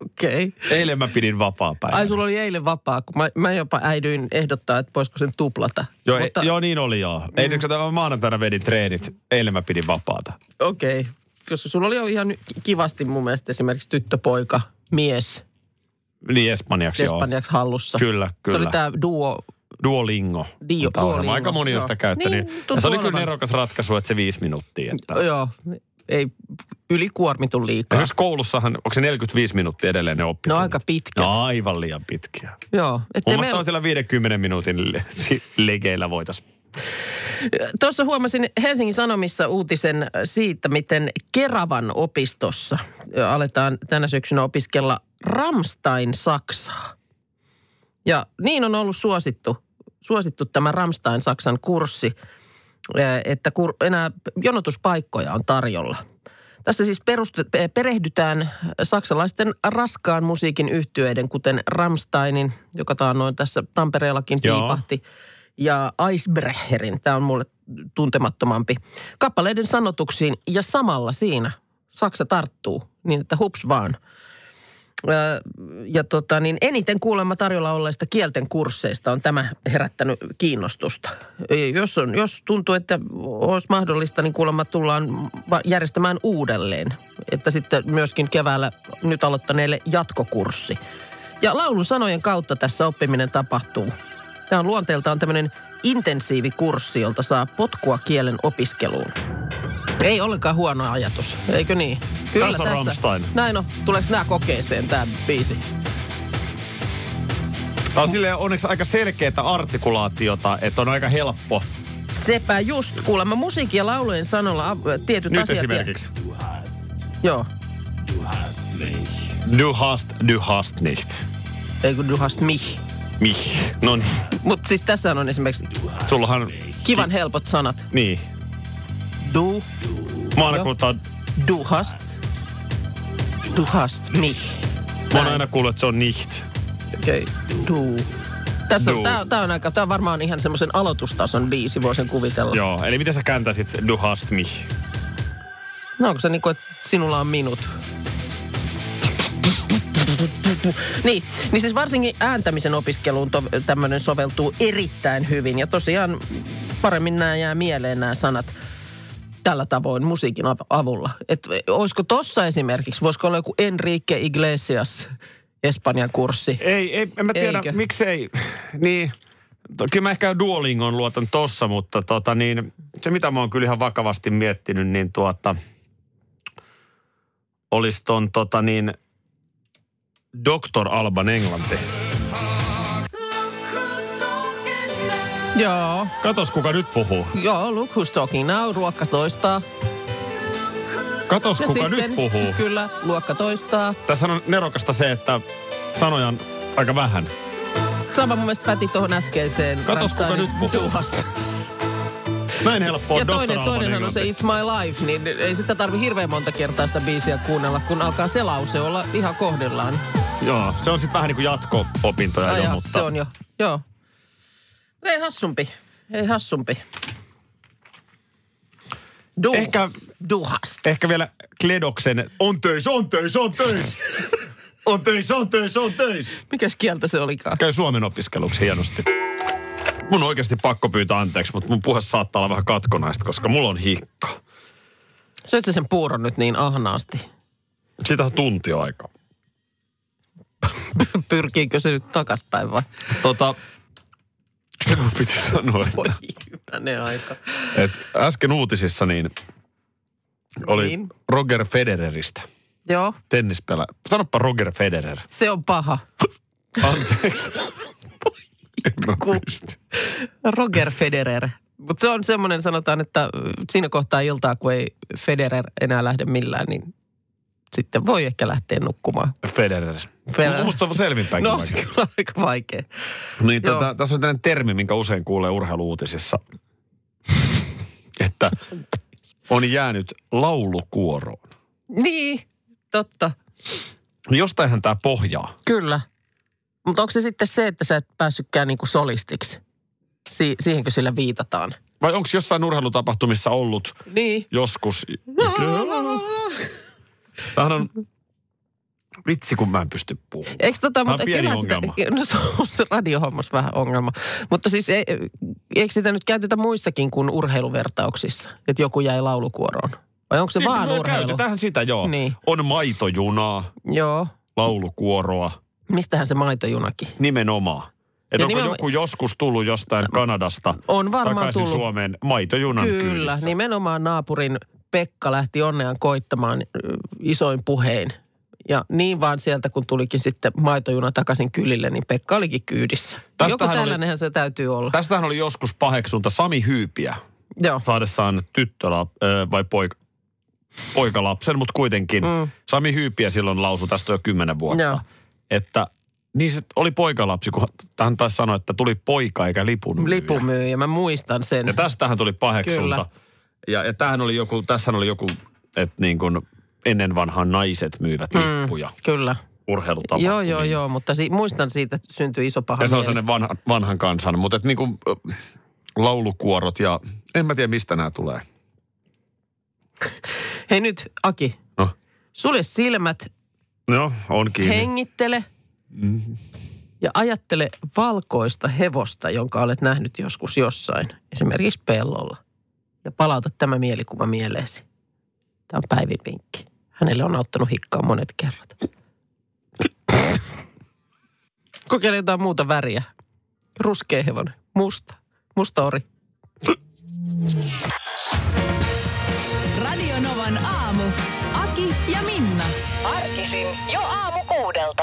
Speaker 5: Okei. Okay.
Speaker 4: Eilen mä pidin vapaa päivän.
Speaker 5: Ai sulla oli eilen vapaa, kun mä, mä jopa äidyin ehdottaa, että voisiko sen tuplata.
Speaker 4: Joo, mutta... joo, niin oli joo. Mm. Ei, kun mä maanantaina vedin treenit, eilen mä pidin vapaata.
Speaker 5: Okei. Okay. Koska sulla oli jo ihan kivasti mun mielestä esimerkiksi tyttöpoika, mies,
Speaker 4: Niin espanjaksi joo.
Speaker 5: espanjaksi hallussa.
Speaker 4: Kyllä, kyllä.
Speaker 5: Se oli tämä duo.
Speaker 4: Duolingo.
Speaker 5: Dio-
Speaker 4: on tää ohjelma.
Speaker 5: Duolingo,
Speaker 4: Aika moni on
Speaker 5: joo.
Speaker 4: sitä käyttänyt.
Speaker 5: Niin,
Speaker 4: ja
Speaker 5: tuntuu
Speaker 4: se oli kyllä
Speaker 5: olevan.
Speaker 4: nerokas ratkaisu, että se viisi minuuttia. Että...
Speaker 5: Joo, ei ylikuormitu liikaa.
Speaker 4: Esimerkiksi koulussahan, onko se 45 minuuttia edelleen ne oppitunnit?
Speaker 5: No aika pitkä.
Speaker 4: No aivan liian pitkiä.
Speaker 5: Joo.
Speaker 4: Mun
Speaker 5: ettei
Speaker 4: mielestä
Speaker 5: meillä-
Speaker 4: on siellä 50 minuutin le- legeillä voitaisiin.
Speaker 5: Tuossa huomasin Helsingin Sanomissa uutisen siitä, miten Keravan opistossa aletaan tänä syksynä opiskella Ramstein Saksaa. Ja niin on ollut suosittu, suosittu tämä Ramstein Saksan kurssi, eh, että kur, enää jonotuspaikkoja on tarjolla. Tässä siis perust, eh, perehdytään saksalaisten raskaan musiikin yhtyeiden, kuten Ramsteinin, joka taannoin tässä Tampereellakin
Speaker 4: Joo.
Speaker 5: piipahti – ja Icebrecherin, tämä on mulle tuntemattomampi, kappaleiden sanotuksiin ja samalla siinä Saksa tarttuu niin, että hups vaan. Öö, Ja tota, niin eniten kuulemma tarjolla olleista kielten kursseista on tämä herättänyt kiinnostusta. Ei, Jos, on, jos tuntuu, että olisi mahdollista, niin kuulemma tullaan va- järjestämään uudelleen. Että sitten myöskin keväällä nyt aloittaneille jatkokurssi. Ja laulun sanojen kautta tässä oppiminen tapahtuu. Tämä on luonteeltaan tämmöinen intensiivikurssi, jolta saa potkua kielen opiskeluun. Ei ollenkaan huono ajatus, eikö niin?
Speaker 4: Tässä on Rammstein.
Speaker 5: Näin on. Tuleeko nämä kokeeseen tämä biisi?
Speaker 4: Tämä on silleen onneksi aika selkeää artikulaatiota, että on aika helppo.
Speaker 5: Sepä just. Kuulemma musiikin ja laulujen sanoilla av- tietyt
Speaker 4: Nyt
Speaker 5: asiat.
Speaker 4: esimerkiksi.
Speaker 5: Joo.
Speaker 4: Du hast, du hast nicht.
Speaker 5: Ei kun du hast mich.
Speaker 4: Mih. No niin.
Speaker 5: Mutta siis tässä on esimerkiksi
Speaker 4: Sullahan,
Speaker 5: kivan helpot sanat.
Speaker 4: niin.
Speaker 5: Du,
Speaker 4: Mä oon,
Speaker 5: Joo.
Speaker 4: aina kuullut, että
Speaker 5: du hast, du hast mich.
Speaker 4: mä oon
Speaker 5: Näin.
Speaker 4: aina kuullut, että se on nicht.
Speaker 5: Okei. Du. Tässä
Speaker 4: Du.
Speaker 5: on, tää, tää on aika, tää on varmaan ihan semmoisen aloitustason biisi, voisin kuvitella.
Speaker 4: Joo, eli miten sä kääntäisit du hast mich?
Speaker 5: No onko se niinku, että sinulla on minut? Niin, niin siis varsinkin ääntämisen opiskeluun to, tämmöinen soveltuu erittäin hyvin. Ja tosiaan paremmin nämä jää mieleen nämä sanat tällä tavoin musiikin av- avulla. Et olisiko tossa esimerkiksi, voisiko olla joku Enrique Iglesias Espanjan kurssi?
Speaker 4: Ei, ei en mä tiedä,
Speaker 5: Eikö?
Speaker 4: miksei. Niin, to- kyllä mä ehkä Duolingon luotan tossa, mutta tota niin, se mitä mä oon kyllä ihan vakavasti miettinyt, niin tuota, olisi ton tota niin, Dr. Alban englanti.
Speaker 5: Joo,
Speaker 4: Katos, kuka nyt puhuu.
Speaker 5: joo, look who's talking now, ruokka toistaa.
Speaker 4: Katos,
Speaker 5: Ja
Speaker 4: kuka
Speaker 5: No sitten,
Speaker 4: nyt puhuu.
Speaker 5: Kyllä, luokka toistaa.
Speaker 4: Tässä on nerokasta se, että sanoja on aika vähän.
Speaker 5: Sama mun mielestä päti tuohon äskeiseen.
Speaker 4: Katos, kuka
Speaker 5: Rammsteinin
Speaker 4: nyt puhuu.
Speaker 5: duosta.
Speaker 4: Näin helppoa
Speaker 5: Ja
Speaker 4: Dr.
Speaker 5: toinen,
Speaker 4: Alban
Speaker 5: toinenhan on se
Speaker 4: englanti.
Speaker 5: It's My Life, niin ei sitä tarvi hirveän monta kertaa sitä biisiä kuunnella, kun alkaa se lause olla ihan kohdillaan.
Speaker 4: Joo, se on sitten vähän niin kuin jatko-opintoja
Speaker 5: Ai
Speaker 4: jo,
Speaker 5: jaa,
Speaker 4: mutta...
Speaker 5: Se on jo, joo. Mut Ei hassumpi, ei hassumpi. Du,
Speaker 4: Ehkä-
Speaker 5: du hast.
Speaker 4: ehkä vielä Kledoksen, on töis, on töis, on töis. On töis, on töis, on töis.
Speaker 5: Mikäs kieltä se olikaan?
Speaker 4: Käy Suomen opiskeluksi hienosti. Mun on oikeasti pakko pyytää anteeksi, mutta mun puhe saattaa olla vähän katkonaista, koska mulla on hikka.
Speaker 5: Söit sä sen puuron nyt niin ahnaasti?
Speaker 4: Siitä on tunti aika.
Speaker 5: Pyrkiikö se nyt takaspäin vai?
Speaker 4: Tota, se mun piti sanoa,
Speaker 5: Voi
Speaker 4: että,
Speaker 5: hyvänen aika.
Speaker 4: että äsken uutisissa niin oli
Speaker 5: Niin.
Speaker 4: Roger Federeristä.
Speaker 5: Joo,
Speaker 4: Tennispelä. Sanoppa Roger Federer.
Speaker 5: se on paha.
Speaker 4: Anteeksi. En mä pysty.
Speaker 5: Roger Federer. Mutta se on semmoinen, sanotaan, että siinä kohtaa iltaa, kun ei Federer enää lähde millään, niin sitten voi ehkä lähteä nukkumaan.
Speaker 4: Federer.
Speaker 5: Federer.
Speaker 4: Musta on selvinpäinkin
Speaker 5: No,
Speaker 4: no,
Speaker 5: se on kyllä aika vaikea.
Speaker 4: niin,
Speaker 5: joo.
Speaker 4: tota, Tässä on tällainen termi, minkä usein kuulee urheiluuutisissa. että on jäänyt laulukuoroon.
Speaker 5: Niin, totta.
Speaker 4: No Jostainhan tämä pohjaa.
Speaker 5: Kyllä. Mutta onko se sitten se, että sä et päässytkään niinku solistiksi? Si- siihenkö sillä viitataan?
Speaker 4: Vai onko jossain urheilutapahtumissa ollut
Speaker 5: Niin.
Speaker 4: joskus? Tämähän on... Vitsi, kun mä en pysty puhumaan.
Speaker 5: Eikö tota,
Speaker 4: Tää on
Speaker 5: mutta
Speaker 4: pieni
Speaker 5: kyllä
Speaker 4: ongelma.
Speaker 5: Sitä, no se on se radiohommas vähän ongelma. Mutta siis ei, eikö sitä nyt käytetä muissakin kuin urheiluvertauksissa, että joku jäi laulukuoroon? Vai onko se
Speaker 4: Niin,
Speaker 5: vaan
Speaker 4: no,
Speaker 5: urheilu?
Speaker 4: Käytetään sitä, joo.
Speaker 5: Niin.
Speaker 4: On maitojunaa,
Speaker 5: Joo.
Speaker 4: laulukuoroa,
Speaker 5: Mistähän se maitojunakin?
Speaker 4: nimenomaan. Että
Speaker 5: Ja
Speaker 4: onko
Speaker 5: nimenomaan-
Speaker 4: joku joskus tullut jostain Kanadasta
Speaker 5: On varmaan
Speaker 4: takaisin
Speaker 5: tullut.
Speaker 4: Suomeen maitojunan
Speaker 5: Kyllä, niin-
Speaker 4: kyydissä?
Speaker 5: nimenomaan naapurin Pekka lähti onneaan koittamaan ö, isoin puhein. Ja niin vaan sieltä, kun tulikin sitten maitojuna takaisin kylille, niin Pekka olikin kyydissä.
Speaker 4: Tästähän
Speaker 5: Joku
Speaker 4: oli-
Speaker 5: tällainenhän se täytyy olla.
Speaker 4: Tästähän oli joskus paheksunta Sami Hyypiä
Speaker 5: Joo.
Speaker 4: saadessaan tyttölap, ö, vai poika, poikalapsen, mutta kuitenkin. Mm. Sami Hyypiä silloin lausui tästä jo kymmenen vuotta.
Speaker 5: Joo.
Speaker 4: Että niin se oli poikalapsi, kun hän taisi sanoa, että tuli poika eikä lipun
Speaker 5: Lipumyyjä, mä muistan sen.
Speaker 4: Ja tästähän tuli paheksunta.
Speaker 5: Kyllä.
Speaker 4: Ja, ja tämähän oli joku, tässähän oli joku, että niin kuin ennen vanhaan naiset myyvät lippuja mm.
Speaker 5: Kyllä.
Speaker 4: urheilutapahtumiin.
Speaker 5: Joo, joo, joo, mutta si- muistan siitä, että syntyi iso paha
Speaker 4: Niin. Ja se on
Speaker 5: mieli.
Speaker 4: sellainen vanha, vanhan kansan, mutta et niin kuin ö, laulukuorot ja en mä tiedä mistä nämä tulee.
Speaker 5: Hei nyt, Aki,
Speaker 4: No,
Speaker 5: sulje silmät,
Speaker 4: no on kiinni.
Speaker 5: hengittele ja ajattele valkoista hevosta, jonka olet nähnyt joskus jossain, esimerkiksi pellolla. Ja palauta tämä mielikuva mieleesi. Tämä on Päivin vinkki. Hänelle on auttanut hikkaa monet kerrat. Kokeile jotain muuta väriä. Ruskea hevonen, musta, musta ori.
Speaker 3: Radio Novan aamu. Aki ja Minna.
Speaker 7: Arkisin jo aamu kuudelta.